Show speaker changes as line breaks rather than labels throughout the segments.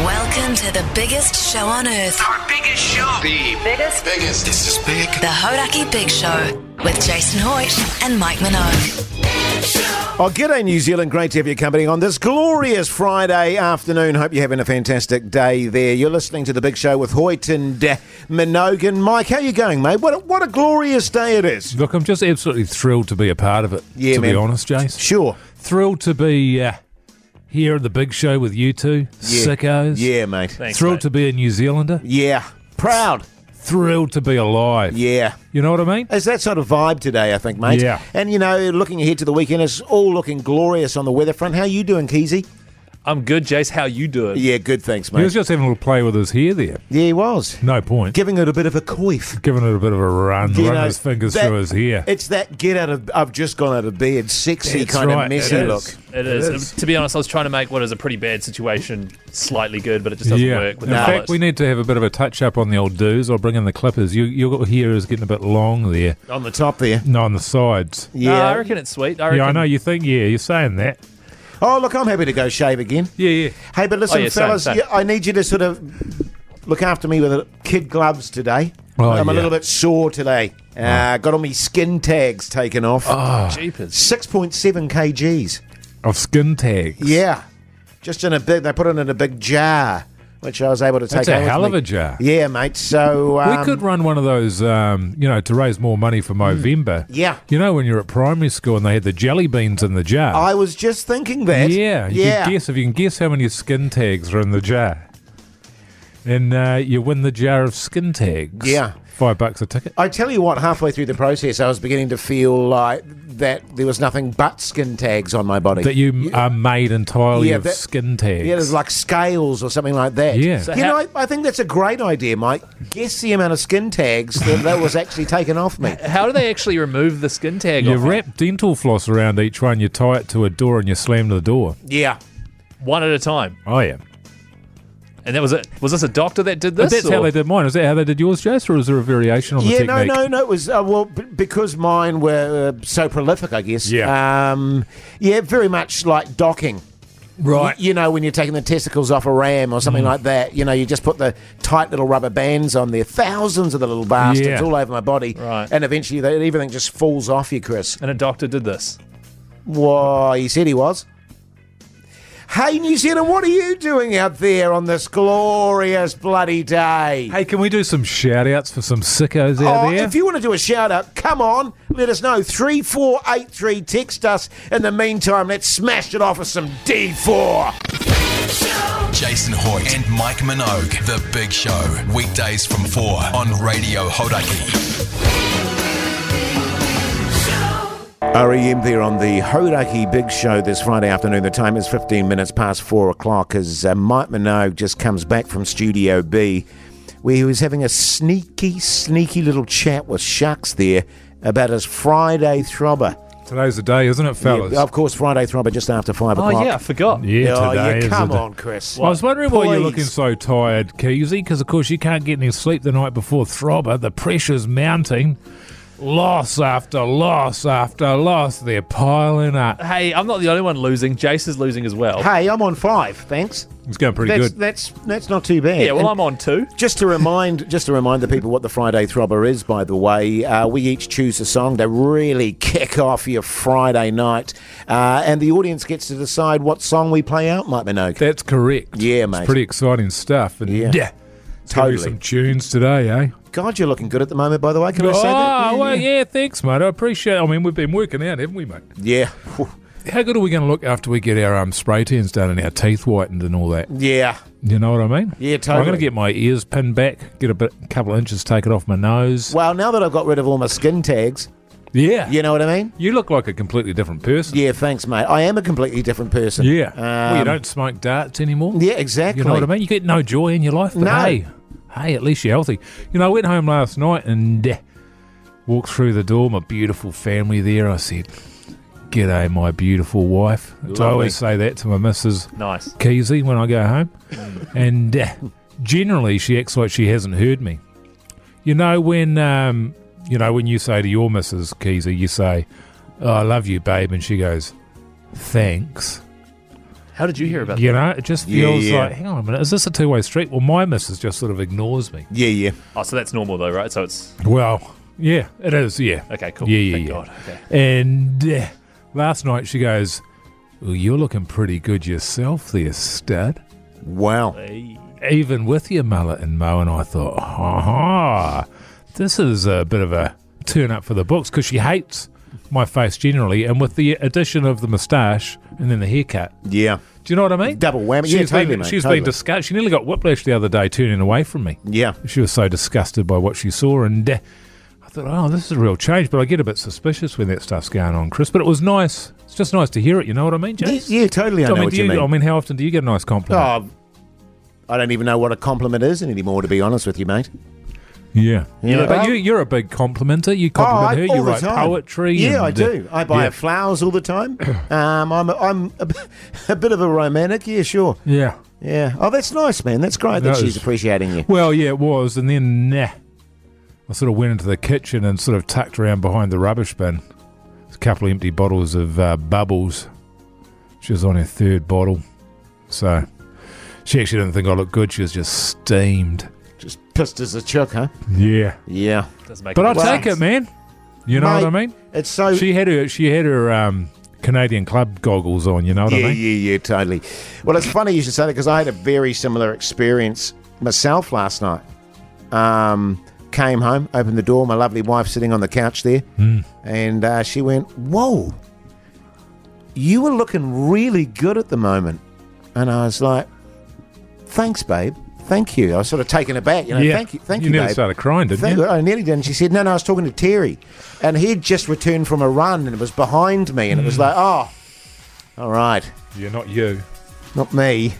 Welcome to the biggest show on earth,
Our biggest show. The biggest. Biggest. This is big.
the Hodaki Big Show, with Jason Hoyt and Mike Minogue.
Oh, g'day, New Zealand. Great to have your company on this glorious Friday afternoon. Hope you're having a fantastic day there. You're listening to The Big Show with Hoyt and uh, Minogue. And Mike, how you going, mate? What a, what a glorious day it is.
Look, I'm just absolutely thrilled to be a part of it.
Yeah,
to
man.
be honest, Jace,
Sure.
thrilled to be uh, here at the big show with you two
Yeah.
sickos.
Yeah, mate.
thrilled to be a New Zealander.
Yeah. Proud.
Thrilled to be alive.
Yeah.
You know what I mean?
It's that sort of vibe today, I think, mate.
Yeah.
And, you know, looking ahead to the weekend, it's all looking glorious on the weather front. How you doing, Keezy?
I'm good, Jace. How you doing?
Yeah, good, thanks,
He was
mate.
just having a little play with his hair there.
Yeah, he was.
No point.
Giving it a bit of a coif.
Giving it a bit of a run,
You
run
know,
his fingers
that-
through his hair.
It's that get out of I've just gone out of bed, sexy
That's
kind of
right,
messy
it is.
look.
It is.
It is.
To be honest, I was trying to make what is a pretty bad situation slightly good, but it just doesn't
yeah.
work.
in
With the
fact,
mullet.
we need to have a bit of a touch up on the old doos. I'll bring in the clippers. You, your hair is getting a bit long there.
on the top.
Top there.
No, on the sides.
Yeah,
Yeah.
I reckon it's sweet. I reckon
Yeah, I know. You think? Yeah, you're saying that.
oh, look, I'm happy to go shave again.
Yeah, yeah.
Hey, but listen,
Oh, yeah, same,
fellas,
same.
yeah, I need you to sort of look after me with a- kid gloves today.
Oh,
I'm a
yeah. Oh.
little bit sore today. Uh, got all my skin tags taken off.
Jeepers.
6.7 kgs.
Of skin tags.
Yeah. Just in a big, they put it in a big jar, which I was able to take
That's a
home with
hell of
me.
a jar.
Yeah, mate. So, um,
we could run one of those, um, you know, to raise more money for Movember.
Mm, Yeah.
You know, when you're at primary school and they had the jelly beans in the jar.
I was just thinking that.
yeah. You
Yeah.
Can guess if you can guess how many skin tags are in the jar, and uh, you win the jar of skin tags.
Yeah.
Five bucks a ticket.
I tell you what, halfway through the process, I was beginning to feel like that there was nothing but skin tags on my body.
That you are made entirely
Yeah,
of
that-
skin tags.
yeah, there's like scales or something like that.
Yeah. So
you
how-
know, I, I think that's a great idea, Mike. Guess the amount of skin tags that, that was actually taken off me.
How do they actually remove the skin tag?
you
off it?
wrap dental floss around each one, you tie it to a door, and you slam the door.
Yeah.
one at a time,
Oh, yeah.
and that was it. Was this a doctor that did
But
this?
that's how
or-
they did mine. Is that how they did yours, Jace, or is there a variation on the
Yeah,
technique?
no, no, no. It was, uh, well, b- because mine were uh, so prolific, I guess.
Yeah.
Um, yeah, very much like docking.
Right. Mm.
You know, when you're taking the testicles off a ram or something like that, you know, you just put the tight little rubber bands on there, thousands of the little bastards
Yeah.
all over my body.
Right.
And eventually they, everything just falls off you, Chris.
And a doctor did this.
Why, he said he was. Hey, New Zealand, what are you doing out there on this glorious bloody day?
Hey, can we do some shout outs for some sickos out
Oh,
there?
if you want to do a shout out, come on, let us know. 3483, text us. In the meantime, let's smash it off with some D4.
Jason Hoyt and Mike Minogue. The Big Show. Weekdays from 4 on Radio Hodaki.
REM E there on the Hodaki Big Show this Friday afternoon. The time is 15 minutes past 4 o'clock as uh, Mike Minogue just comes back from Studio B, where he was having a sneaky, sneaky little chat with Shucks there about his Friday throbber.
Today's the day, isn't it, fellas?
Yeah, of course, Friday throbber just after 5
Oh
o'clock.
yeah, I forgot.
Yeah,
Oh,
today is
yeah,
the
come
day.
on, Chris.
I was wondering why you're
Please.
looking so tired, Keezy, because of course you can't get any sleep the night before Throbber. The pressure's mounting. Loss after loss after loss. They're piling up.
Hey, I'm not the only one losing. Jace is losing as well.
Hey, I'm on five. Thanks.
It's going pretty
That's,
good.
that's that's not too bad.
Yeah, well,
And
I'm on two.
just to remind just to remind the people what the Friday Throbber is. By the way, uh, we each choose a song to really kick off your Friday night, uh, and the audience gets to decide what song we play out. Mike Minogue.
That's correct.
Yeah, mate.
It's pretty exciting stuff. And
Yeah.
yeah, it's gonna be
Totally.
Some tunes today, eh?
God, you're looking good at the moment. By the way, can I say that?
oh, well, yeah, thanks, mate. I appreciate it. I mean, we've been working out, haven't we, mate?
Yeah,
How good are we going to look after we get our um, spray tans done and our teeth whitened and all that?
yeah.
You know what I mean?
Yeah,
I'm going
totally.
to get my ears pinned back, get a bit, couple of inches taken off my nose.
Well, now that I've got rid of all my skin tags,
yeah.
you know what I mean.
You look like a completely different person.
Yeah, thanks, mate. I am a completely different person.
Yeah.
Um,
well, you don't smoke darts anymore.
Yeah, exactly.
You know what I mean? You get no joy in your life, but
No.
hey, hey, at least you're healthy. You know, I went home last night and uh, walked through the door, my beautiful family there. I said, G'day, my beautiful wife. So I always say that to my missus,
Nice.
Keezy when I go home,
Mm.
and uh, generally she acts like she hasn't heard me. You know when um, you know when you say to your Mrs. Keezy, you say, oh, "I love you, babe," and she goes, "Thanks."
How did you hear about
You know, it just
Yeah,
feels
yeah.
like, hang on a minute, is this a two way street? Well, my missus just sort of ignores me.
Yeah, yeah.
that? Oh, so that's normal though, right? So it's
Well, yeah, it is, yeah.
okay, cool.
Yeah, yeah,
Thank
yeah.
God. Okay.
And uh, last night she goes, well, You're looking pretty good yourself there, stud.
Wow.
Even with your mullet and mo. And I thought, Aha, this is a bit of a turn up for the books because she hates my face generally. And with the addition of the moustache and then the haircut,
Yeah.
do you know what I mean?
Double whammy.
She's
Yeah, totally,
been,
mate,
she's
totally.
been disgusted. She nearly got whiplash the other day turning away from me.
Yeah.
She was so disgusted by what she saw, and uh, I thought, oh, this is a real change. But I get a bit suspicious when that stuff's going on, Chris. But it was nice. It's just nice to hear it. You know what I mean,
Yeah,
James?
yeah, totally. I, know
mean,
what
do
you mean.
I mean, how often do you get a nice compliment?
Oh, I don't even know what a compliment is anymore, to be honest with you, mate.
yeah.
Yeah.
But you, you're a big complimenter. You
Oh,
compliment her. You write poetry.
Yeah, I
and, uh,
do. I buy
yeah.
her flowers all the time. um, I'm, a, I'm a, b- a bit of a romantic. Yeah, sure.
yeah.
Yeah. Oh, that's nice, man. That's great that
That
she's
is-
appreciating you.
Well, yeah, it was. And then, nah, I sort of went into the kitchen and sort of tucked around behind the rubbish bin. There's a couple of empty bottles of uh, bubbles. She was on her third bottle. So she actually didn't think I looked good. She was just steamed.
Just pissed as a chook, huh?
Yeah.
Yeah.
Doesn't make
But
any
I'll
sense.
take it, man. You know
Mate,
what I mean?
It's so.
She had her she had her um, Canadian club goggles on, you know what
yeah,
I mean?
yeah, yeah, totally. Well, it's funny you should say that because I had a very similar experience myself last night. Um, came home, opened the door, my lovely wife sitting on the couch there,
Mm.
and uh, she went, "Whoa, you were looking really good at the moment," and I was like, "Thanks, babe." Thank you. I was sort of taken aback. You know, thank you, thank you,
You nearly
babe.
started crying, didn't
Thank
you?
I nearly did. And she said, No, no, I was talking to Terry. And he'd just returned from a run and it was behind me. And it was like, Oh, all right,
You're not you.
not me.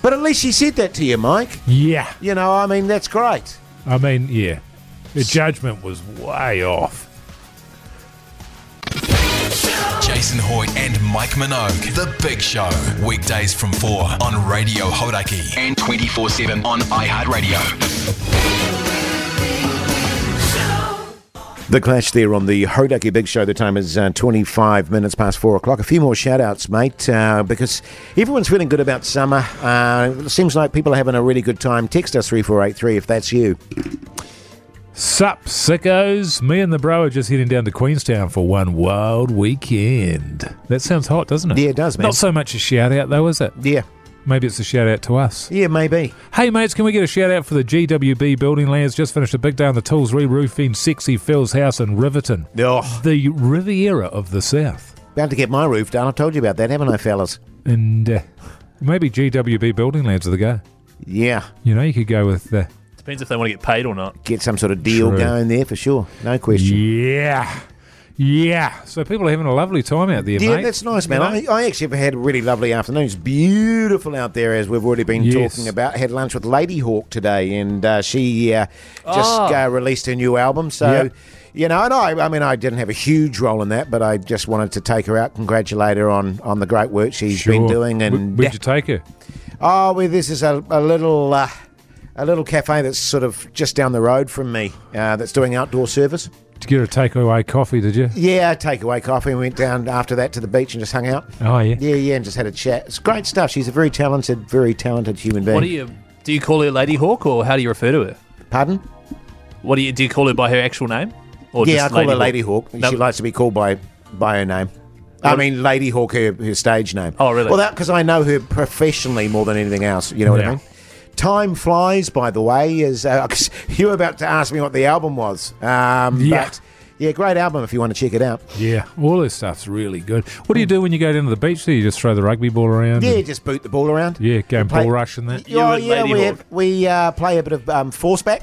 But at least she said that to you, Mike.
Yeah.
You know, I mean, that's great.
I mean, yeah. The judgment was way off.
Jason Hoyt and Mike Minogue. The Big Show. Weekdays from 4 on Radio Hodaki.
And 24 7 on iHeartRadio.
The clash there on the Hodaki Big Show. The time is uh, 25 minutes past four o'clock. A few more shout outs, mate, uh, because everyone's feeling good about summer. Uh, it seems like people are having a really good time. Text us 3483 if that's you.
Sup, sickos. Me and the bro are just heading down to Queenstown for one wild weekend. That sounds hot, doesn't it?
Yeah, it does, man.
Not so much a shout out, though, is it?
Yeah.
Maybe it's a shout out to us.
Yeah, maybe.
Hey, mates, can we get a shout out for the GWB building lands? Just finished a big day on the tools, re roofing Sexy Phil's house in Riverton,
Oh,
the Riviera of the South.
about to get my roof done. I've told you about that, haven't I, fellas?
And uh, maybe GWB building lands are the go.
Yeah.
You know, you could go with. Uh,
Depends if they want to get paid or not.
get some sort of deal
True.
going there for sure. No question.
yeah. Yeah. So people are having a lovely time out there,
Yeah,
mate.
that's nice, man.
You know?
I, I actually had a really lovely afternoon. It's beautiful out there, as we've already been
Yes.
talking about. Had lunch with Lady Hawk today, and uh, she uh, just uh, released her new album. So,
Yeah.
you know, and I, I mean, I didn't have a huge role in that, but I just wanted to take her out, congratulate her on on the great work she's been doing,
Wh-
and
where'd you take her?
Oh, well, this is a, a little uh, a little cafe that's sort of just down the road from me. Uh, that's doing outdoor service.
To get her a takeaway coffee, did you?
Yeah, takeaway coffee. and went down after that to the beach and just hung out.
Oh yeah.
Yeah, yeah, and just had a chat. It's great stuff. She's a very talented, very talented human being.
What do you do? You call her Lady Hawk, or how do you refer to her?
Pardon?
What do you do? You call her by her actual name, or
yeah, I
just
call her Lady Hawk.
No.
She likes to be called by by her name. I
What-
mean, Lady Hawk, her, her stage name.
Oh, really?
Well, that because I know her professionally more than anything else. You know what I
Yeah.
mean? Time flies, by the way. Is uh 'cause you were about to ask me what the album was? Um,
Yeah.
But, yeah, great album if you want to check it out.
Yeah. All this stuff's really good. What do you do when you go down to the beach? Do you just throw the rugby ball around?
Yeah,
and-
just boot the ball around.
yeah. Go and
Play-
ball rush and that.
You
oh,
and
yeah,
Lady
we,
Hawk.
have, we uh, play a bit of um, force back,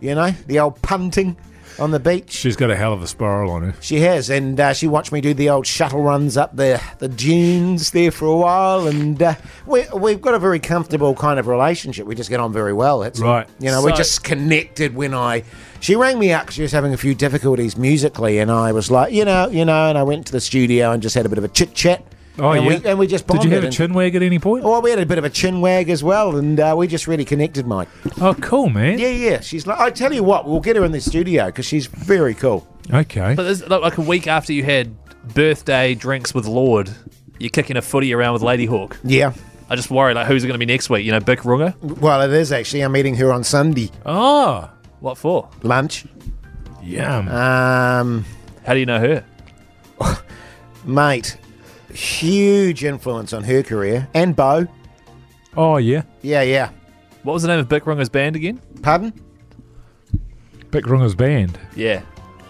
you know, the old punting on the beach.
She's got a hell of a spiral on her.
She has, and uh, she watched me do the old shuttle runs up the, the dunes there for a while, and uh, we, we've got a very comfortable kind of relationship. We just get on very well. It's,
Right.
You know, we're
So-
just connected when I. She rang me up 'cause she was having a few difficulties musically, and I was like, you know, you know, and I went to the studio and just had a bit of a chit chat.
Oh
and
yeah.
We, and we just
Did
bonded.
you have a
and- Oh.
chin wag at any point?
well, we had a bit of a chin wag as well, and uh, we just really connected, Mike.
Oh, cool, man.
Yeah, yeah. She's like, I tell you what, we'll get her in the studio because she's very cool.
Okay.
But this, like, like a week after you had birthday drinks with Lord, you're kicking a footy around with Lady Hawk.
Yeah.
I just worry like who's it going to be next week? You know, Bick Runga.
Well, it is actually. I'm meeting her on Sunday
Oh,
What for?
lunch.
yum.
Um,
How do you know her?
mate, huge influence on her career and Bo.
oh, yeah.
Yeah, yeah.
What was the name of Bick Runga's band again?
Pardon?
Big Runger's band.
Yeah.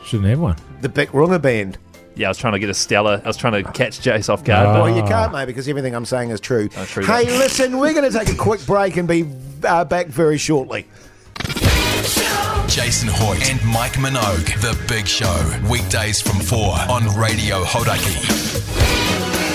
Shouldn't have one.
The Big Runga Band.
Yeah, I was trying to get a Stella. I was trying to catch Jace off guard.
Ah.
but-
Well, Oh, you can't, mate, because everything I'm saying is true.
Oh, true
hey,
that.
listen, we're going to take a quick break and be uh, back very shortly.
Jason Hoyt and Mike Minogue. The Big Show. Weekdays from 4 on Radio Hodaki.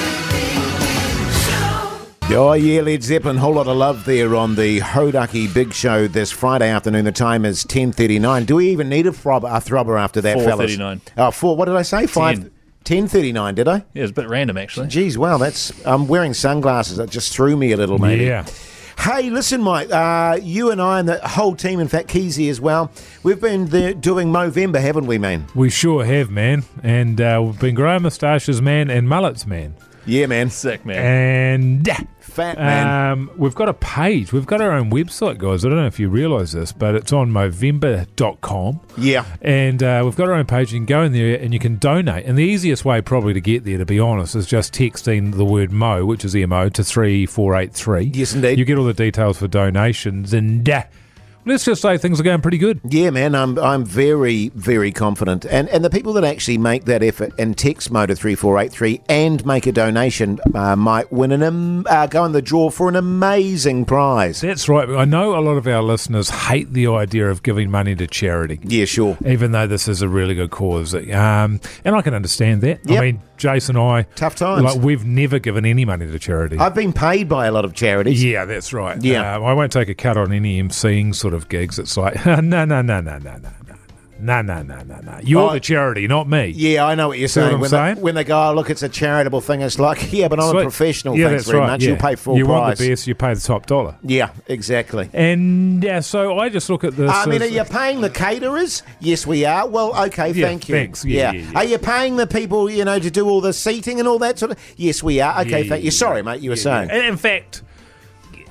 Oh yeah, Led Zeppelin, whole lot of love there on the Hodaki Big Show this Friday afternoon. The time is ten thirty nine. Do we even need a throbber, a throbber after that, fellas?
4:39.
Oh, four. What did I say? Five.
Ten.
Ten thirty nine. Did I?
Yeah, it was a bit random actually.
Geez, wow, that's. I'm wearing sunglasses. That just threw me a little, maybe.
Yeah.
Hey, listen, Mike. Uh, you and I and the whole team, in fact, Keezy as well. We've been there doing Movember, haven't we, man?
We sure have, man. And uh, we've been growing moustaches, man, and mullets, man.
Yeah, man.
Sick man.
And
Fat man.
um, we've got a page. We've got our own website, guys. I don't know if you realise this, but it's on Movember.com.
yeah.
And uh, we've got our own page. You can go in there and you can donate. And the easiest way, probably, to get there, to be honest, is just texting the word MO, which is MO, to 34883.
Yes, indeed.
You get all the details for donations. And uh, let's just say things are going pretty good.
Yeah, man, I'm I'm very very confident, and and the people that actually make that effort and text Motor three four eight three and make a donation uh, might win an um, uh, go in the draw for an amazing prize.
That's right. I know a lot of our listeners hate the idea of giving money to charity.
Yeah, sure.
even though this is a really good cause. Um, and I can understand that.
Yep.
I mean, Jason and I.
Tough times.
Like, we've never given any money to charity.
I've been paid by a lot of charities.
yeah, that's right.
Yeah.
Um, I won't take a cut on any emceeing sort of gigs. It's like, no, no, no, no, no, no, no. No, no, no, no, no. You're
Oh.
the charity, not me.
Yeah, I know what you're
what
saying.
I'm
when, They,
saying?
when they go, oh, look, it's a charitable thing, it's like, yeah, but I'm a
Sweet.
professional.
Yeah,
Thanks
that's
very
right.
much.
Yeah.
You pay full
You want
price.
the best, you pay the top dollar.
Yeah, exactly.
And yeah, so I just look at this.
Ah, I mean, are
as-
you paying the caterers? Yes, we are. Well, okay,
Yeah,
thank you.
thanks. Yeah, yeah, yeah.
Are you paying the people, you know, to do all the seating and all that sort of? Yes, we are. Okay,
yeah,
thank you.
yeah.
Sorry, mate, you were saying.
And in fact,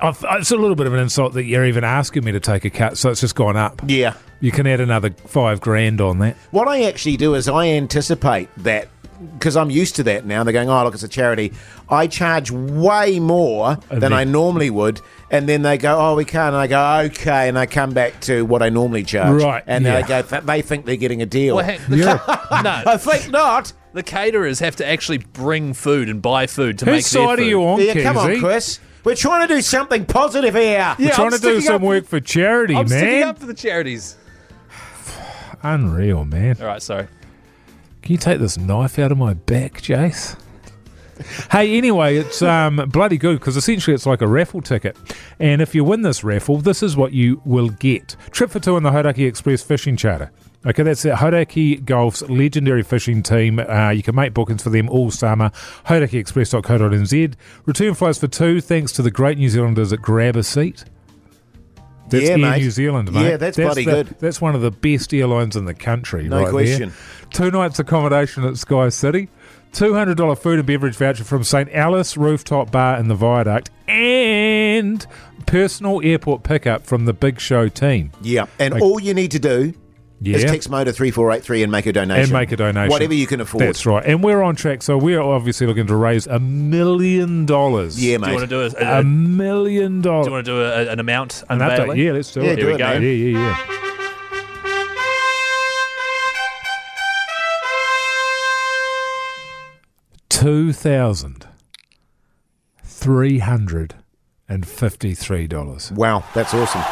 I've, it's a little bit of an insult that you're even asking me to take a cut, so it's just gone up.
Yeah.
You can add another five grand on that.
What I actually do is I anticipate that because I'm used to that now. They're going, oh, look, it's a charity. I charge way more than
then-
I normally would. And then they go, oh, we can't. And I go, okay. And I come back to what I normally charge.
Right,
And
yeah.
they go, "Th- they think they're getting a deal.
Well, hang- the ca-
I
no,
think not.
the caterers have to actually bring food and buy food to make
Whose
their
side are
food.
you on,
Yeah, come on,
Keezy?
Chris. We're trying to do something positive here.
We're
Yeah,
trying
I'm
to do
sticking
some
up-
work for charity,
I'm sticking
man.
up for the charities.
Unreal, man.
All right, sorry.
Can you take this knife out of my back, Jace? hey, anyway, it's um, bloody good because essentially it's like a raffle ticket. And if you win this raffle, this is what you will get trip for two in the Hodaki Express fishing charter. Okay, that's it. Hodaki Golf's legendary fishing team. Uh, you can make bookings for them all summer. HodakiExpress.co.nz. Return flights for two, thanks to the great New Zealanders at Grab a Seat. That's
Yeah,
Air
mate.
New Zealand, mate.
Yeah, that's bloody
the-
good.
That's one of the best airlines in the country,
No
right there.
question.
Two nights accommodation at Sky City, two hundred dollar food and beverage voucher from St Alice Rooftop Bar in the Viaduct, and personal airport pickup from the Big Show team.
Yeah, and all you need to do is
Yeah.
text Motor three four eight three and make a donation.
And make a donation.
whatever you can afford.
That's right. And we're on track, so we're obviously looking to raise a million dollars.
Yeah,
Do you
mate.
want to do a, a,
A million
do you
dollars.
want to do a, an amount
Uh, An
unveiling?
update? Yeah, let's do
Yeah,
it.
do
Here we
it,
go.
yeah,
man.
yeah, yeah. Two thousand three hundred and fifty-three dollars.
Wow, that's awesome.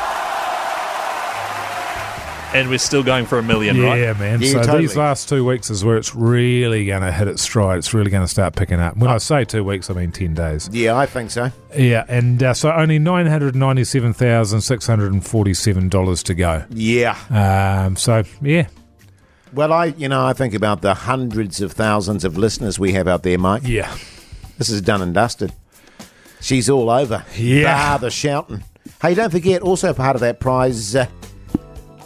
And we're still going for a million, right?
Yeah, man.
Yeah,
so
totally.
these last two weeks is where it's really going to hit its stride. It's really going to start picking up. When I say two weeks, I mean ten days.
Yeah, I think so.
Yeah, and uh, so only nine hundred ninety-seven thousand six hundred and forty-seven dollars to go.
Yeah.
Um, so yeah,
Well, I you know I think about the hundreds of thousands of listeners we have out there, Mike.
yeah.
This is done and dusted. She's all over.
Yeah.
Bar the shouting. Hey, don't forget, also part of that prize, uh,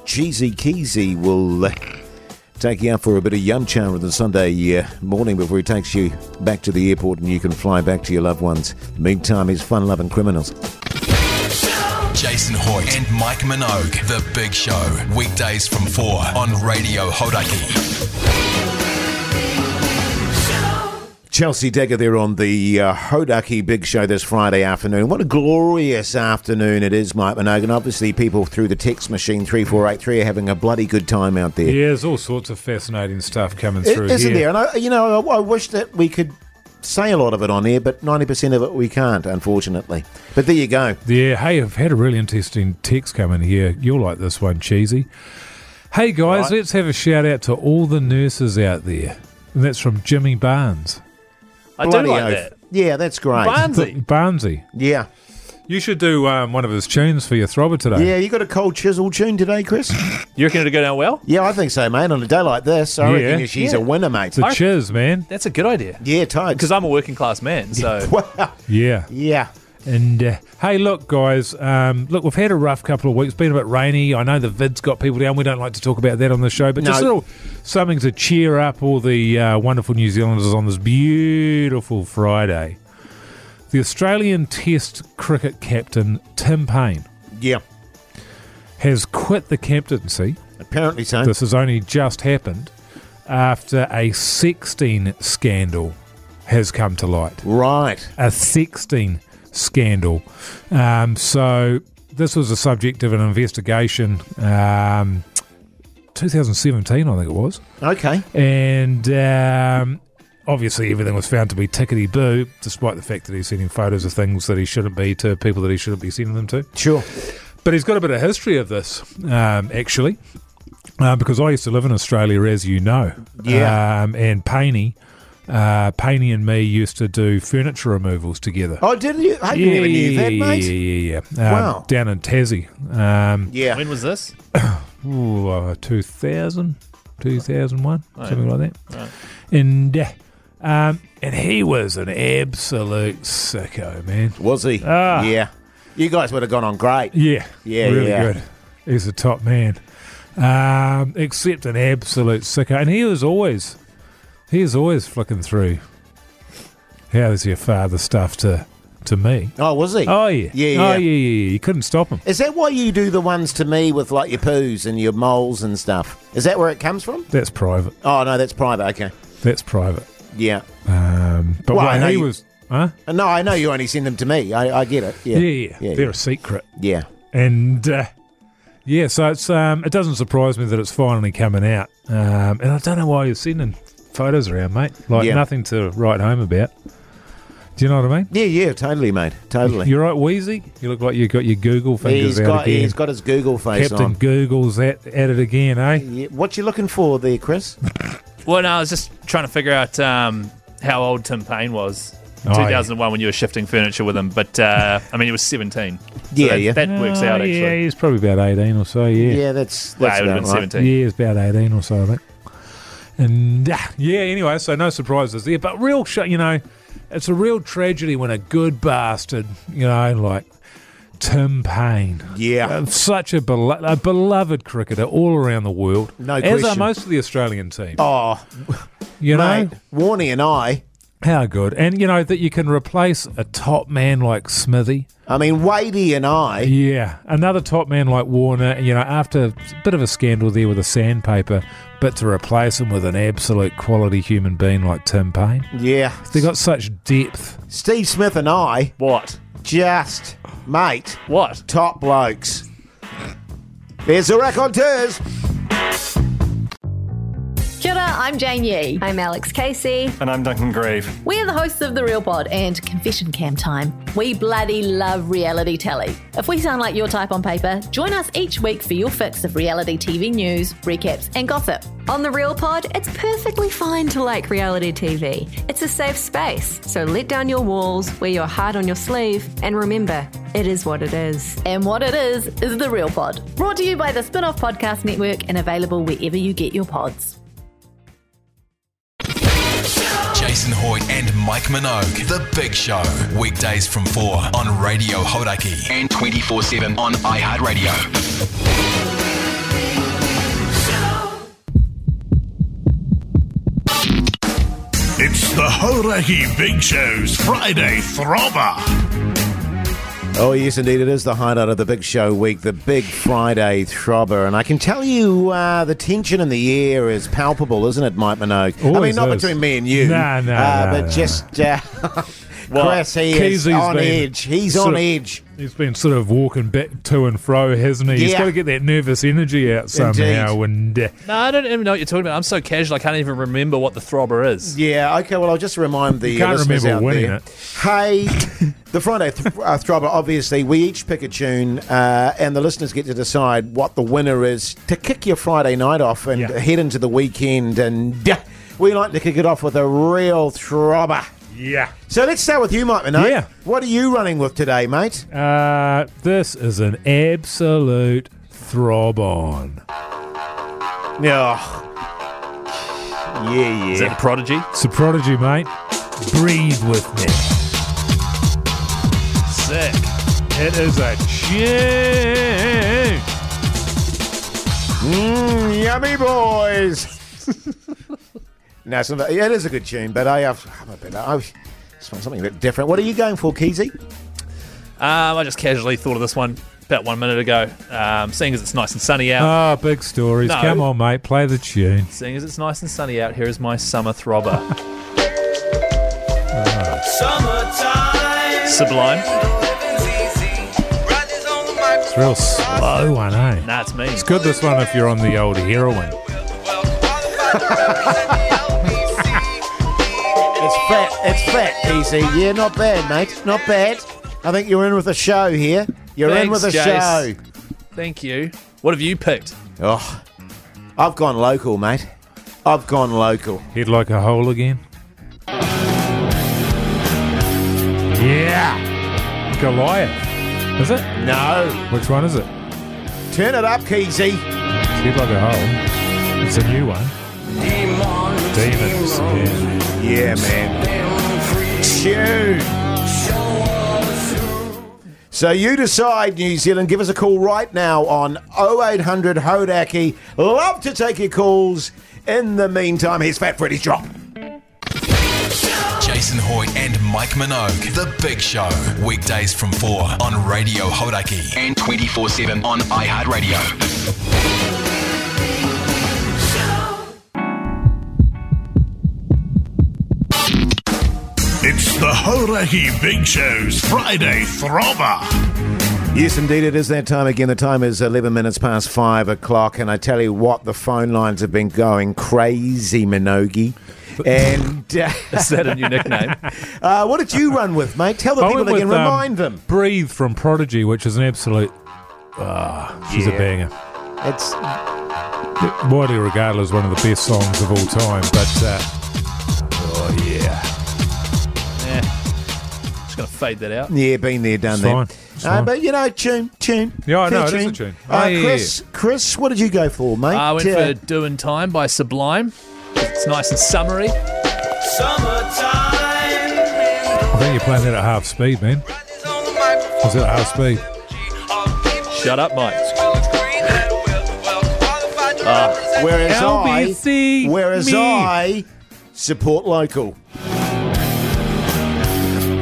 Cheesy Keezy will uh, Take you out for a bit of yum cha on the Sunday uh, morning before he takes you back to the airport and you can fly back to your loved ones. Meantime, he's fun loving criminals.
Jason Hoyt and Mike Minogue. The Big Show. Weekdays from 4 on Radio Hodaki.
Chelsea Dagger there on the uh, Hodaki Big Show this Friday afternoon. What a glorious afternoon it is, Mike Minogue. And obviously, people through the text machine 3483 are having a bloody good time out there.
Yeah, there's all sorts of fascinating stuff coming
is
through
isn't
here.
there? And I, you know, I, I wish that we could say a lot of it on air, but 90% of it we can't, unfortunately. But there you go.
Yeah, hey, I've had a really interesting text come in here. You'll like this one, Cheesy. Hey guys,
Right.
let's have a shout out to all the nurses out there. And that's from Jimmy Barnes.
I do
Bloody
like
oath.
that.
Yeah, that's great.
Barnsey.
Barnesy.
Yeah.
You should do um, one of his tunes for your throbber today.
Yeah, you got a cold chisel tune today, Chris?
You reckon it'll go down well?
yeah, I think so, mate. On a day like this, I
Yeah.
reckon she's
Yeah.
a winner, mate.
It's a chiz, man.
That's a good idea.
yeah, tight.
Because I'm a working class man, so
Wow.
Yeah.
Yeah.
And uh, hey, look, guys, um, look, we've had a rough couple of weeks, been a bit rainy. I know the vid's got people down. We don't like to talk about that on the show, but just a
No.
little something to cheer up all the uh, wonderful New Zealanders on this beautiful Friday. The Australian Test cricket captain, Tim Payne,
Yeah.
has quit the captaincy.
Apparently so.
This has only just happened after a 16 scandal has come to light
Right.
a 16 scandal. Um, so this was the subject of an investigation, um, 2017, I think it was,
Okay.
and um, obviously everything was found to be tickety boo, despite the fact that he's sending photos of things that he shouldn't be to people that he shouldn't be sending them to.
Sure.
But he's got a bit of history of this, um, actually, uh, because I used to live in Australia, as you know.
Yeah.
Um, and Paney, uh, Paney and me used to do furniture removals together.
Oh, did you? I never knew that, mate.
Yeah, yeah, yeah. Um,
Wow.
Down in Tassie. Um,
Yeah.
when was this?
ooh, uh, 2000, 2001, something like that. And, uh, um, and he was an absolute sicko, man.
Was he?
Ah.
Yeah. You guys would have gone on great.
Yeah.
Yeah,
Really
yeah.
good. He's a top man. Um, except an absolute sicko. And he was always, he was always flicking through. How is your father stuff to, to me?
Oh, was he?
Oh, yeah.
Yeah,
Oh,
yeah.
yeah, yeah, yeah. You couldn't stop him.
Is that why you do the ones to me with like your poos and your moles and stuff? Is that where it comes from?
That's private.
Oh, no, that's private. Okay.
That's private.
Yeah.
Um, but
Well,
what
I know
he
you-
was, huh?
No, I know you only send them to me. I, I get it. Yeah.
Yeah, yeah,
Yeah.
They're a secret,
Yeah.
and uh, yeah, so it's um, it doesn't surprise me that it's finally coming out. Um, and I don't know why you're sending photos around, mate. Like
Yeah.
nothing to write home about. Do you know what I mean?
Yeah, yeah, totally, mate. Totally.
You're right, Wheezy. You look like you got your Google fingers
he's
out
got
again.
he's got his Google face
Captain
on.
Google's at, at it again, eh?
Yeah, what you looking for there, Chris?
Well, no, I was just trying to figure out um, how old Tim Payne was.
Oh,
2001 when you were shifting furniture with him, but uh, I mean, he was 17. So
Yeah,
that,
yeah.
That works
Oh,
out,
Yeah,
actually.
he's probably about eighteen or so. Yeah.
Yeah, that's
Well,
that's
it would
about
have been
right.
17.
Yeah, it's about 18 or so, I think. And ah, yeah, anyway, so no surprises there. But real, sh- you know, it's a real tragedy when a good bastard, you know, like Tim Payne,
Yeah,
uh, such a, belo- a beloved cricketer all around the world,
No
as are
question.
most of the Australian team.
oh,
you know,
mate, Warney and I.
how good, and you know that you can replace a top man like Smithy.
I mean, Wadey and I.
Yeah, another top man like Warner, you know, after a bit of a scandal there with the sandpaper, but to replace him with an absolute quality human being like Tim Payne.
Yeah,
They got such depth.
Steve Smith and I.
What?
Just mate,
What?
top blokes. There's the raconteurs.
Kia ora, I'm Jane Yee.
I'm Alex Casey.
And I'm Duncan Grave.
We're the hosts of The Real Pod and Confession Cam Time. We bloody love reality telly. If we sound like your type on paper, join us each week for your fix of reality TV news, recaps, and gossip.
On The Real Pod, it's perfectly fine to like reality TV. It's a safe space, so let down your walls, wear your heart on your sleeve, and remember, it is what it is.
And what it is, is The Real Pod. Brought to you by the Spin Off Podcast Network and available wherever you get your pods.
Jason Hoyt and Mike Minogue. The Big Show. Weekdays from 4 on Radio Hodaki.
And 24 7 on iHeartRadio.
Hauraki Big Show's Friday Throbber.
Oh, yes, indeed. It is the highlight of the big show week, the big Friday throbber. And I can tell you uh, the tension in the air is palpable, isn't it, Mike Minogue? I mean,
Always
not
is.
between me and you.
No, no,
uh,
no,
but
no,
just. Uh, Chris, he is
Keezy's
on
been
edge. He's
sort
on
of-
edge.
He's been sort of walking back to and fro, hasn't he? He's
Yeah.
got to get that nervous energy out somehow.
Indeed.
And uh,
No, I don't even know what you're talking about. I'm so casual, I can't even remember what the throbber is.
Yeah, okay, well, I'll just remind the
can't
listeners out
remember winning
there.
it.
Hey, the Friday th- uh, Throbber, obviously, we each pick a tune uh, and the listeners get to decide what the winner is to kick your Friday night off and
Yeah.
head into the weekend. And uh, we like to kick it off with a real Throbber.
yeah.
So let's start with you, Mike Minogue.
Yeah.
What are you running with today, mate?
Uh, this is an absolute throb on.
Yeah. Oh, Yeah,
Is that a prodigy?
It's a prodigy, mate. Breathe with me.
Sick.
It is a tune.
Mm, yummy boys. no, it's not, yeah, it is a good tune, but I have I'm a bit, I just want something a bit different. What are you going for, Keezy?
Um, I just casually thought of this one about one minute ago. Um, seeing as it's nice and sunny out,
Ah, big stories.
No.
Come on, mate. Play the tune.
seeing as it's nice and sunny out, here is my summer throbber. Sublime.
It's a real slow one, eh?
Nah, it's me.
It's good this one if you're on the old heroin.
It's fat, it's fat, Keezy. Yeah, not bad, mate. Not bad. I think you're in with a show here. You're in
Thanks,
with a show.
Jace. Thank you. What have you picked?
Oh, I've gone local, mate. I've gone local.
Head like a hole again. Yeah. Goliath. Is it?
No,
Which one is it?
turn it up, Keezy.
Head like a hole. It's a new one. Demons.
Yeah,
Yeah.
man. Shoot. So you decide, New Zealand. Give us a call right now on 0800 Hodaki. Love to take your calls. In the meantime, here's Fat Freddy's drop.
Jason Hoyt and Mike Minogue. The Big Show. Weekdays from 4 on Radio Hodaki.
And 24 7 on iHeartRadio.
It's the Hauraki Big Show's Friday Throbber.
Yes, indeed, it is that time again. The time is 11 minutes past 5 o'clock, and I tell you what, the phone lines have been going crazy, Minogi. And uh,
Is that a new nickname?
uh, what did you run with, mate? Tell the
I
people
went
again,
with, um,
remind them.
Breathe from Prodigy, which is an absolute. Ah, she's
Yeah.
a banger.
It's
Widely regarded as one of the best songs of all time, but. Uh, oh, yeah.
yeah. Just gonna fade that out.
Yeah, been there, done
It's
that.
fine, it's
Uh,
fine.
But you know, tune, tune.
Yeah, I
fair
know, it is a tune.
Uh,
Oh, yeah,
Chris, Chris, what did you go for, mate?
I went
Uh,
for "Doing Time" by Sublime. It's nice and summery.
I think you're playing that at half speed, man. Was it at half speed?
Shut up, Mike.
whereas
LBC,
I, whereas
me.
I support local. Come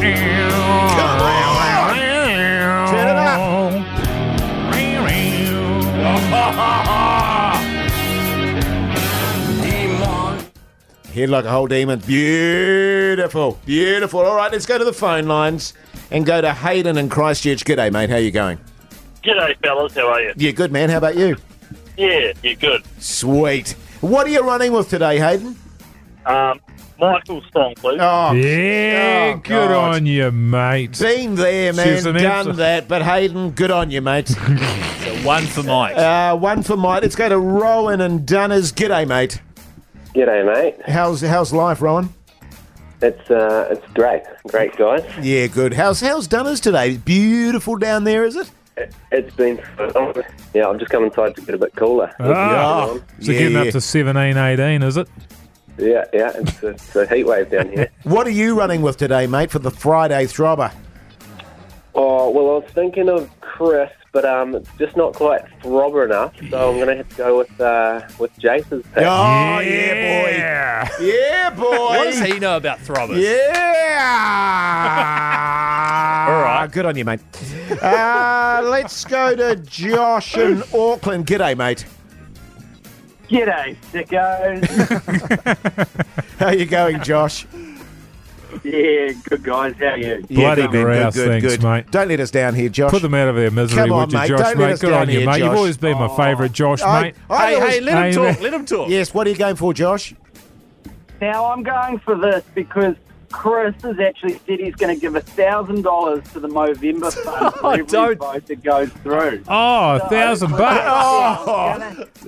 on, turn it up. Head like a whole demon. Beautiful, beautiful. All right, let's go to the phone lines and go to Hayden and Christchurch. G'day, mate. How you going?
G'day, fellas. How are you?
Yeah, good man. How about you?
Yeah, you're good.
Sweet. What are you running with today, Hayden?
Um, Michael's song, please.
Oh,
Yeah,
Oh,
good
God.
on you, mate.
Been there, man.
She's an
Done
answer.
that. But Hayden, good on you, mate.
One for Mike.
Uh, one for Mike. Let's go to Rowan and Dunners. G'day, mate.
G'day, mate.
How's how's life, Rowan?
It's uh, it's great, great guys.
Yeah, good. How's how's Dunners today? Beautiful down there, is it?
It, it's been phenomenal. yeah. I've just come inside to get a bit cooler.
Ah,
Oh,
so
Yeah,
getting
yeah.
up to 17, 18, is it?
Yeah, yeah. It's, it's a heat wave down here.
What are you running with today, mate, for the Friday throbber?
oh well, I was thinking of Chris, but um, it's just not quite throbber enough. So I'm going to have to go with uh, with Jason's pick.
Oh, yeah, boy. Yeah, boy.
What does he know about throbbers?
Yeah. All right. Good on you, mate. Uh, let's go to Josh in Auckland. G'day, mate.
G'day, sickos.
How you going, Josh?
yeah, good guys. How are you?
Bloody rouse, thanks, mate.
Don't let us down here, Josh.
Put them out of their misery,
Come on,
would you,
mate.
Josh,
Don't
mate?
let us
Good
down
on you,
here,
mate.
Josh. Oh.
You've always been my favourite, Josh,
I-
mate.
I always-
Hey, man.
him talk.
Yes, what are you going for, Josh?
Now I'm going for this because Chris has actually said he's going to give a thousand dollars to the Movember fund for every
don't-
vote that goes through.
Oh, a thousand bucks.
Oh,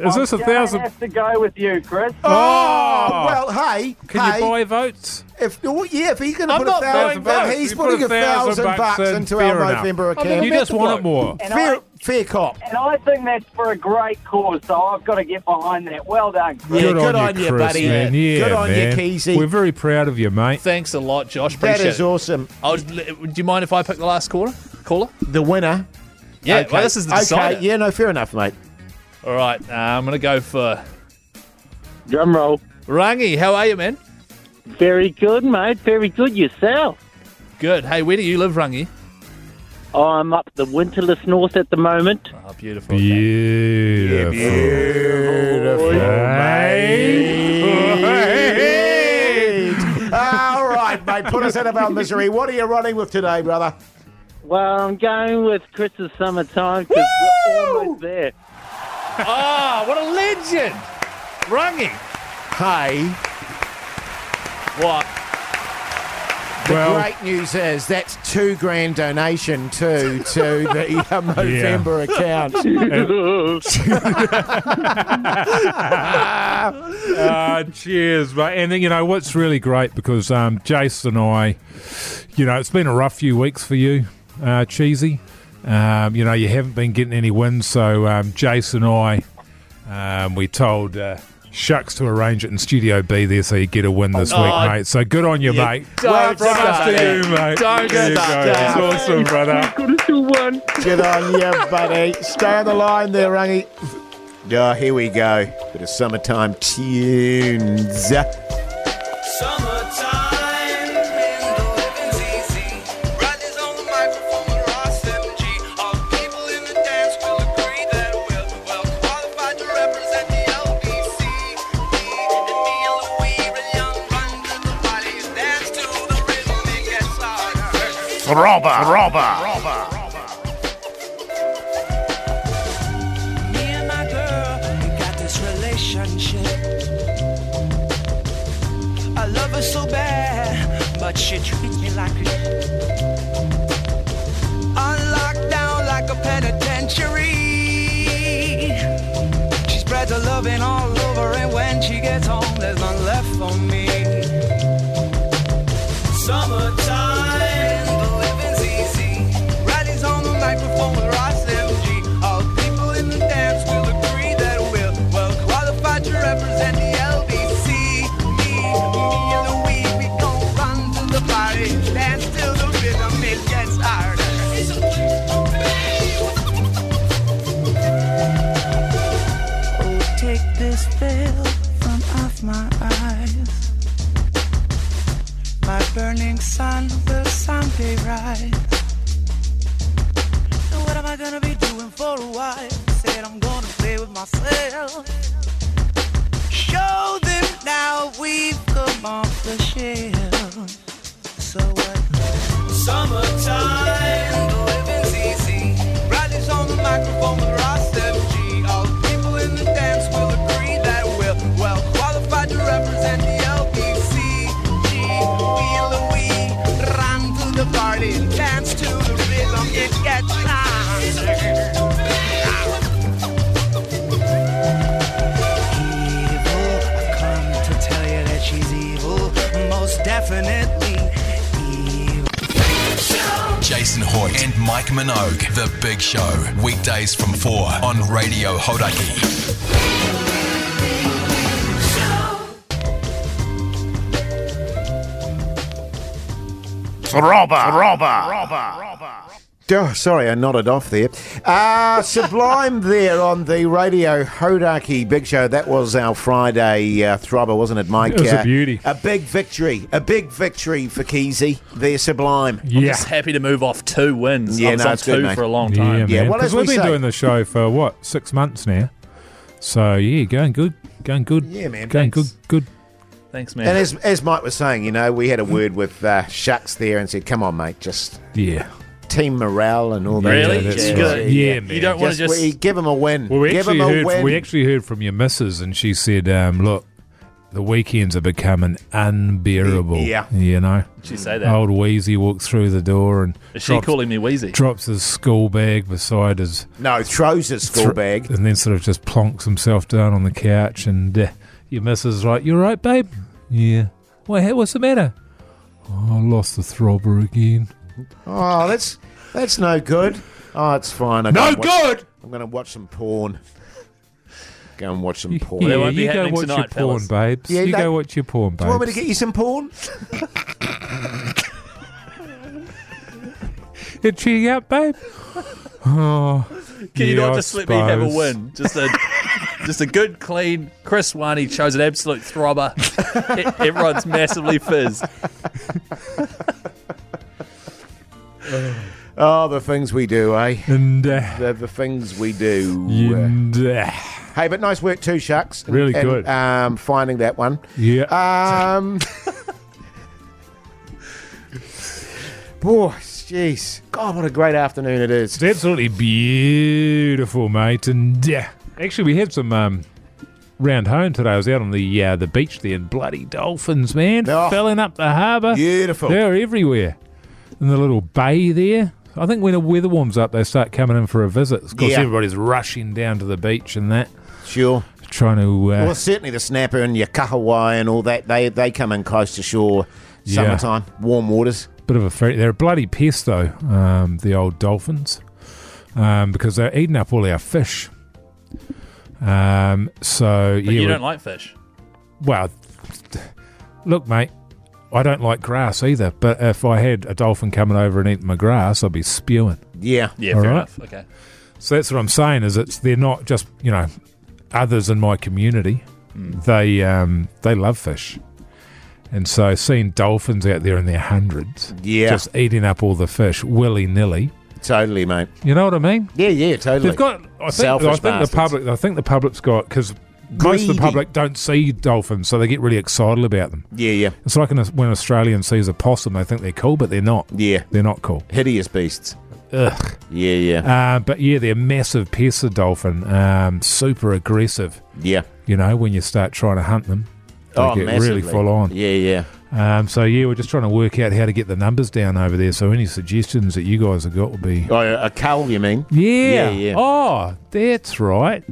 Is this a thousand?
Have to go with you, Chris.
Oh,
Well, hey,
can
hey,
you buy votes?
If oh, yeah, if he's going to
I'm
put a
not
thousand
buying
bucks,
votes.
he's
You put
putting
a
a thousand
$1,000
bucks
in,
into
fair
our
enough.
November
I'm
account.
You just want it more.
And
Fair, fair cop.
And I think that's for a great cause, so I've got to get behind that. Well done, Chris.
Yeah, good
on,
on you,
Chris,
buddy.
Man. Yeah,
Good on you,
man.
Keezy.
We're very proud of you, mate.
Thanks a lot, Josh.
That
Appreciate
is
it.
awesome.
I was, do you mind if I pick the last caller? Caller?
The winner.
Yeah,
okay.
well, this is the decider.
okay. Yeah, no, fair enough, mate.
All right, uh, I'm going to go for
Drum roll.
Rangi. How are you, man?
Very good, mate. Very good yourself.
Good. Hey, where do you live, Rangi?
I'm up the winterless north at the moment.
Oh, beautiful.
Beautiful.
Beautiful, mate. All right, mate. Put us out of our misery. What are you running with today, brother?
Well, I'm going with Chris's summertime because we're almost there.
Ah, what a legend. Rangi.
Hey,
What?
the
Well-
great news is that's two grand donation too to the uh, November account.
Ah, cheers, mate. And you know what's really great because um, Jason and I, you know, it's been a rough few weeks for you, uh, cheesy. Um, you know, you haven't been getting any wins, so um, Jason and I, um, we told uh, Shucks to arrange it in Studio B there, so you get a win this
Oh,
week, mate. So good on you, mate.
Don't
Well,
start
Props to
that.
you, mate.
Don't
There you
start
go.
that.
It's awesome, brother.
Good as you won.
Get on you, buddy. Stay on the line there, Rangi. Oh, here we go. Bit of summertime tunes.
Throbber. Throbber.
I love her so bad, but she treats me like a I'm locked down like a penitentiary. She spreads her loving all over, and when she gets home, there's none left for me. Summertime, the living's easy. Riley's on the microphone with Ross MG. All the people in the dance will agree that we're well qualified to represent the LBC. Me, me and Louis, we gon' run to the party, dance till the rhythm it gets harder. Oh, take this veil from off my eyes. My burning sun will someday rise. And what am I gonna be doing for a while? Said I'm gonna play with myself. Show them now we've come off the shelf. So what? Summertime, the living's easy. Riley's on the microphone with Ross MG. All the people in the dance will agree that we're well qualified to represent the LBC. G, we and Louis run to the party and dance to the rhythm. It gets louder. evil. I've come to tell you that she's evil, most definitely evil.
Jason Hoyt and Mike Minogue, The Big Show, weekdays from 4 on Radio Hodaki.
Throbber. Throbber.
Oh, sorry, I nodded off there. Uh, Sublime there on the radio Hodaki Big Show. That was our Friday uh, throbber, wasn't it, Mike?
It was a
Uh,
beauty.
A big victory. A big victory for Keezy. They're Sublime.
I'm just happy to move off two wins.
Yeah,
I was
no,
on
it's good,
two
mate.
for a long time.
Yeah,
well,
well,
as
we've
we
been
say-
doing the show for what six months now. So yeah, going good, going good.
Yeah, man,
going
thanks.
good, good.
Thanks,
And as, as Mike was saying, you know, we had a word with uh, Shucks there and said, come on, mate, just
Yeah,
team morale and all that.
Really?
Yeah, that's
Yeah.
right.
Yeah, man. You don't wanna just-
we- give them a win.
Well, we
give
actually
them a
heard
win.
we actually heard from your missus, and she said, um, "Look, the weekends are becoming unbearable."
Yeah.
you know.
Did she say that?
Old Wheezy walked through the door and
Is she calling me Wheezy?
Drops his school bag beside his
no throws his school
Thro-
bag.
and then sort of just plonks himself down on the couch. And uh, your missus is like, "You're right, babe. Yeah. Wait, hey, what's the matter? Oh, I lost the throbber again.
Oh, that's that's no good. Oh, it's fine. I'm
No
gonna watch- I'm going to watch some porn. Go and watch some porn.
yeah, you go watch your porn, babes.
Yeah,
you
they-
go watch your porn, babes.
Do you want me to get you some porn?
You're cheating out, babe. Oh,
Can you
yeah,
not
I
just let me have a
suppose.
win? Just a just a good, clean. Chris Waney chose an absolute throbber. E- Everyone's massively fizzed.
Oh, the things we do, eh?
And uh,
the, the things we do.
And, uh,
hey, but nice work too, Shucks. and-
Really
and,
good.
Um, finding that one.
Yeah.
Um. Boy, jeez, God, what a great afternoon it is. It's
absolutely beautiful, mate. And yeah, actually, we had some um, round home today. I was out on the uh, the beach there, and bloody dolphins, man,
Oh.
filling up the harbour.
Beautiful.
They're everywhere in the little bay there. I think when the weather warms up, they start coming in for a visit. Of course,
Yeah.
everybody's rushing down to the beach and that.
Sure.
Trying to. Uh,
well, certainly the snapper and your kahawai and all that, they, they come in close to shore
Yeah.
summertime, warm waters.
Bit of a freak. They're a bloody pest, though, um, the old dolphins, um, because they're eating up all our fish. Um, so
But
yeah,
you
we-
don't like fish.
well, look, mate, I don't like grass either. But if I had a dolphin coming over and eating my grass, I'd be spewing.
Yeah.
Yeah,
All
fair
right.
enough. Okay.
So that's what I'm saying is it's they're not just you know others in my community.
Hmm.
They um, they love fish, and so seeing dolphins out there in their hundreds,
Yeah.
just eating up all the fish willy nilly.
Totally, mate.
You know what I mean?
Yeah, yeah, totally.
They've got. I think,
Selfish
I think
bastards.
the public. I think the public's got because most of
Greedy.
the public don't see dolphins, so they get really excited about them.
Yeah, yeah.
It's like an, when an Australian sees a possum, they think they're cool, but they're not.
Yeah.
They're not cool.
Hideous beasts.
Ugh.
Yeah, yeah.
Uh, but yeah, they're massive pests of dolphin. Um, super aggressive.
Yeah.
You know, when you start trying to hunt them, they
Oh,
get
massively.
really full on.
Yeah, yeah.
Um, so yeah, we're just trying to work out how to get the numbers down over there. So any suggestions that you guys have got will be
Oh, a cowl, you mean?
Yeah.
Yeah, yeah.
Oh, that's right.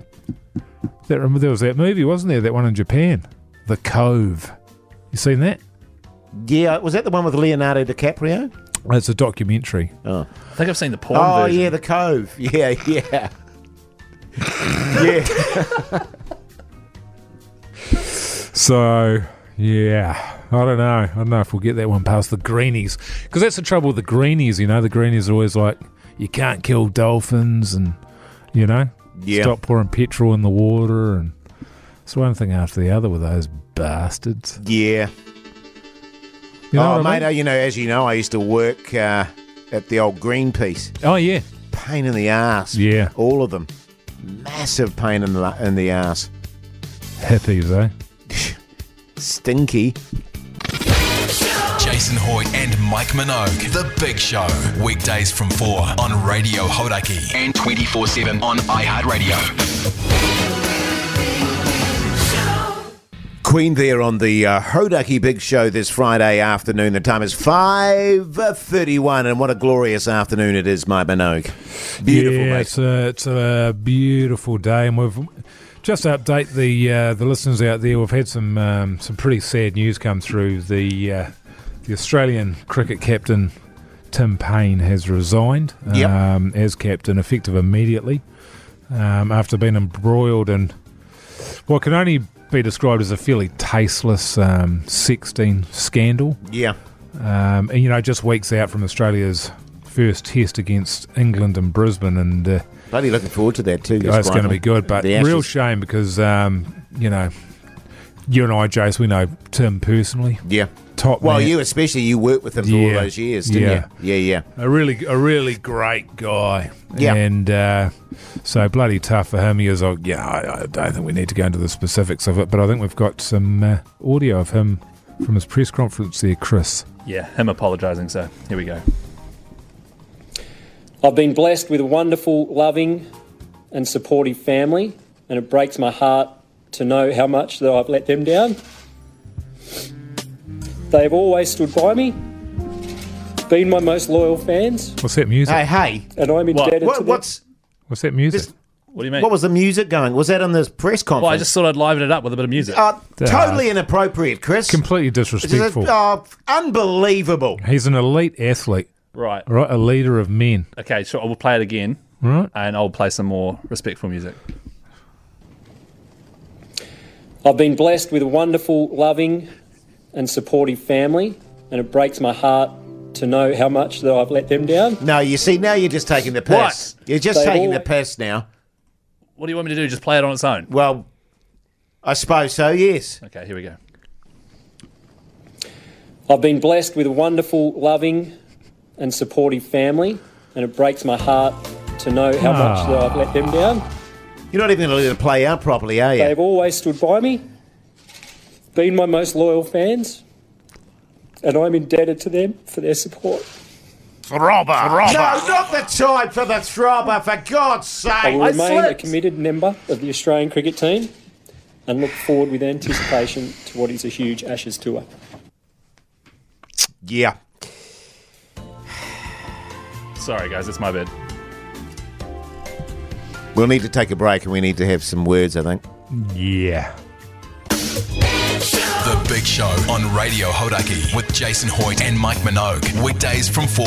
That remember there was that movie, wasn't there? That one in Japan, The Cove. You seen that?
Yeah, was that the one with Leonardo DiCaprio?
It's a documentary.
Oh,
I think I've seen the porn
oh
version.
yeah, The Cove. Yeah, yeah. yeah.
So yeah, I don't know. I don't know if we'll get that one past the greenies because that's the trouble with the greenies. You know, the greenies are always like, you can't kill dolphins, and you know,
Yeah.
stop pouring petrol in the water, and it's one thing after the other with those bastards.
Yeah.
You know
oh,
what I
mate,
mean?
uh, you know, as you know, I used to work uh, at the old Greenpeace.
Oh, yeah.
Pain in the ass.
Yeah.
All of them. Massive pain in the, in the ass.
Hippies, eh?
Stinky.
Jason Hoyt and Mike Minogue. The Big Show. Weekdays from 4 on Radio Hodaki.
And 24 7 on iHeartRadio.
Queen there on the uh, Hodaki Big Show this Friday afternoon. The time is 5.31 and what a glorious afternoon it is, my Minogue. Beautiful,
yeah,
mate.
It's a, it's a beautiful day, and we've just to update the uh, the listeners out there. We've had some um, some pretty sad news come through. The uh, the Australian cricket captain Tim Payne has resigned
Yep.
um, as captain, effective immediately um, after being embroiled in what can only be described as a fairly tasteless um, sexting scandal.
Yeah.
Um, and you know, just weeks out from Australia's first test against England in Brisbane, and uh,
Bloody looking forward to that too.
oh, it's going to be good. But
The Ashes.
real shame because um, you know, you and I, Jace, we know Tim personally.
Yeah,
top.
Well,
man.
you especially you worked with him for all
Yeah.
those years, didn't you?
Yeah.
Yeah,
a really a really great guy.
Yeah.
and uh, so bloody tough for him. He was like, yeah, I, I don't think we need to go into the specifics of it, but I think we've got some uh, audio of him from his press conference there, Chris.
Yeah, him apologising. So here we go.
I've been blessed with a wonderful, loving, and supportive family, and it breaks my heart to know how much that I've let them down. They've always stood by me, been my most loyal fans,
What's that music?
Hey, hey.
and I'm
What?
indebted
What-
to them.
what's-
What's that music?
What do you mean?
What was the music going? Was that on this press conference?
Well, I just thought I'd liven it up with a bit of music.
Ah.
Uh, totally inappropriate, Chris.
Completely disrespectful.
Oh, unbelievable.
He's an elite athlete,
Right.
right? A leader of men.
Okay, sure. I will play it again,
Right.
and I'll play some more respectful music.
I've been blessed with a wonderful, loving, and supportive family, and it breaks my heart to know how much that I've let them down.
No, you see, now you're just taking the piss. You're just taking the piss now.
What do you want me to do? Just play it on its own?
Well, I suppose so. Yes.
Okay, here we go.
I've been blessed with a wonderful, loving, and supportive family, and it breaks my heart to know how much that I've let them down.
You're not even going to let it play out properly, are you?
They've always stood by me, been my most loyal fans, and I'm indebted to them for their support.
Throbber.
No, not the time for the throbber, for God's sake.
I will remain a committed member of the Australian cricket team and look forward with anticipation to what is a huge Ashes tour.
Yeah.
Sorry, guys, it's my bad.
We'll need to take a break and we need to have some words, I think.
Yeah.
The Big Show on Radio Hodaki with Jason Hoyt and Mike Minogue. Weekdays from 4.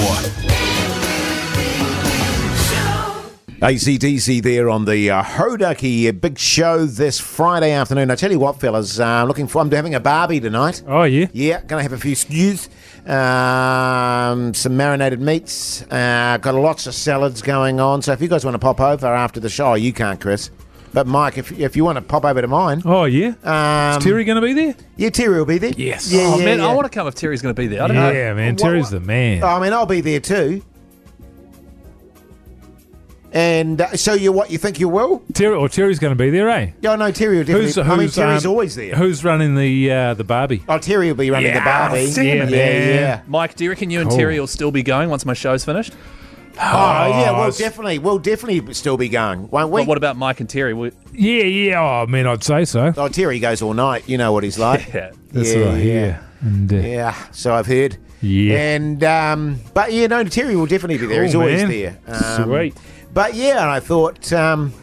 ACDC there on the uh, Hodaki uh, Big Show this Friday afternoon. I tell you what, fellas, uh, I'm looking for. I'm having a barbie tonight.
Oh yeah,
yeah. Going to have a few stews, um, some marinated meats. Uh, got lots of salads going on. So if you guys want to pop over after the show, oh, you can't, Chris. But Mike, if, if you want to pop over to mine,
oh yeah,
um,
Is Terry going to be there?
Yeah, Terry will be there.
Yes.
Yeah,
oh
yeah,
man,
yeah.
I want to come if Terry's going to be there. I don't know.
yeah, man, Terry's the man.
I mean, I'll be there too. And uh, so you what? You think you will?
Terry or Terry's going to be there, eh?
Yeah, no, Terry will definitely.
Who's,
I mean,
who's,
Terry's
um,
always there.
Who's running the uh, the Barbie?
Oh, Terry will be running the Barbie.
damn it,
yeah,
man.
yeah.
Mike, do you reckon you and
Cool.
Terry will still be going once my show's finished?
Oh, yeah, we'll
it's-
definitely, we'll definitely still be going, won't we?
But what about Mike and Terry? We-
Yeah, yeah. Oh man, I'd say so.
Oh, Terry goes all night. You know what he's like.
Yeah,
That's
yeah,
what I hear. And, uh,
Yeah. so I've heard.
Yeah.
And um, but yeah, no, Terry will definitely be there.
Cool,
he's always
Oh, man.
there. Um,
Sweet.
But yeah, and I thought. Um,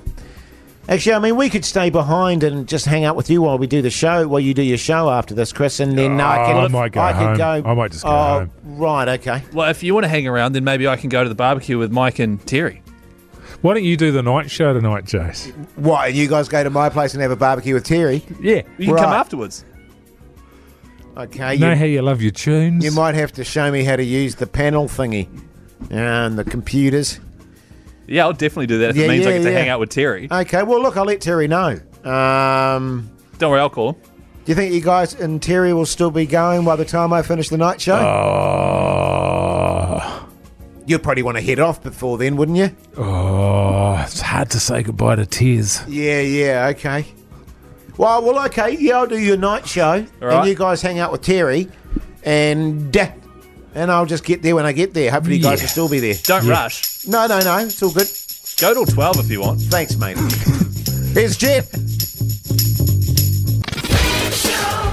Actually, I mean, we could stay behind and just hang out with you while we do the show, while you do your show after this, Chris, and then I can.
Oh, I might go
I could
home.
go.
I might just go
oh,
home.
Right. Okay.
Well, if you want to hang around, then maybe I can go to the barbecue with Mike and Terry.
Why don't you do the night show tonight, Jace?
What? And you guys go to my place and have a barbecue with Terry?
Yeah.
You can come
Right.
afterwards.
Okay.
know
you-
how you love your tunes.
You might have to show me how to use the panel thingy and the computers.
Yeah, I'll definitely do that if
Yeah,
it means I
yeah,
get to
yeah.
hang out with Terry.
Okay, well, look, I'll let Terry know. Um,
Don't worry, I'll call him.
do you think you guys and Terry will still be going by the time I finish the night show?
Uh. Oh,
You'd probably want to head off before then, wouldn't you?
oh, it's hard to say goodbye to tears.
Yeah, yeah, okay. Well, well, okay, yeah, I'll do your night show, and
right.
you guys hang out with Terry, and uh, and I'll just get there when I get there. Hopefully, you guys
Yeah.
will still be there.
Don't rush.
No, no, no, it's all good.
Go till 12 if you want.
Thanks, mate. Here's Jeff.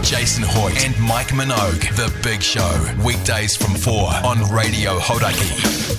Jason Hoyt and Mike Minogue. The Big Show. Weekdays from 4 on Radio Hodaki.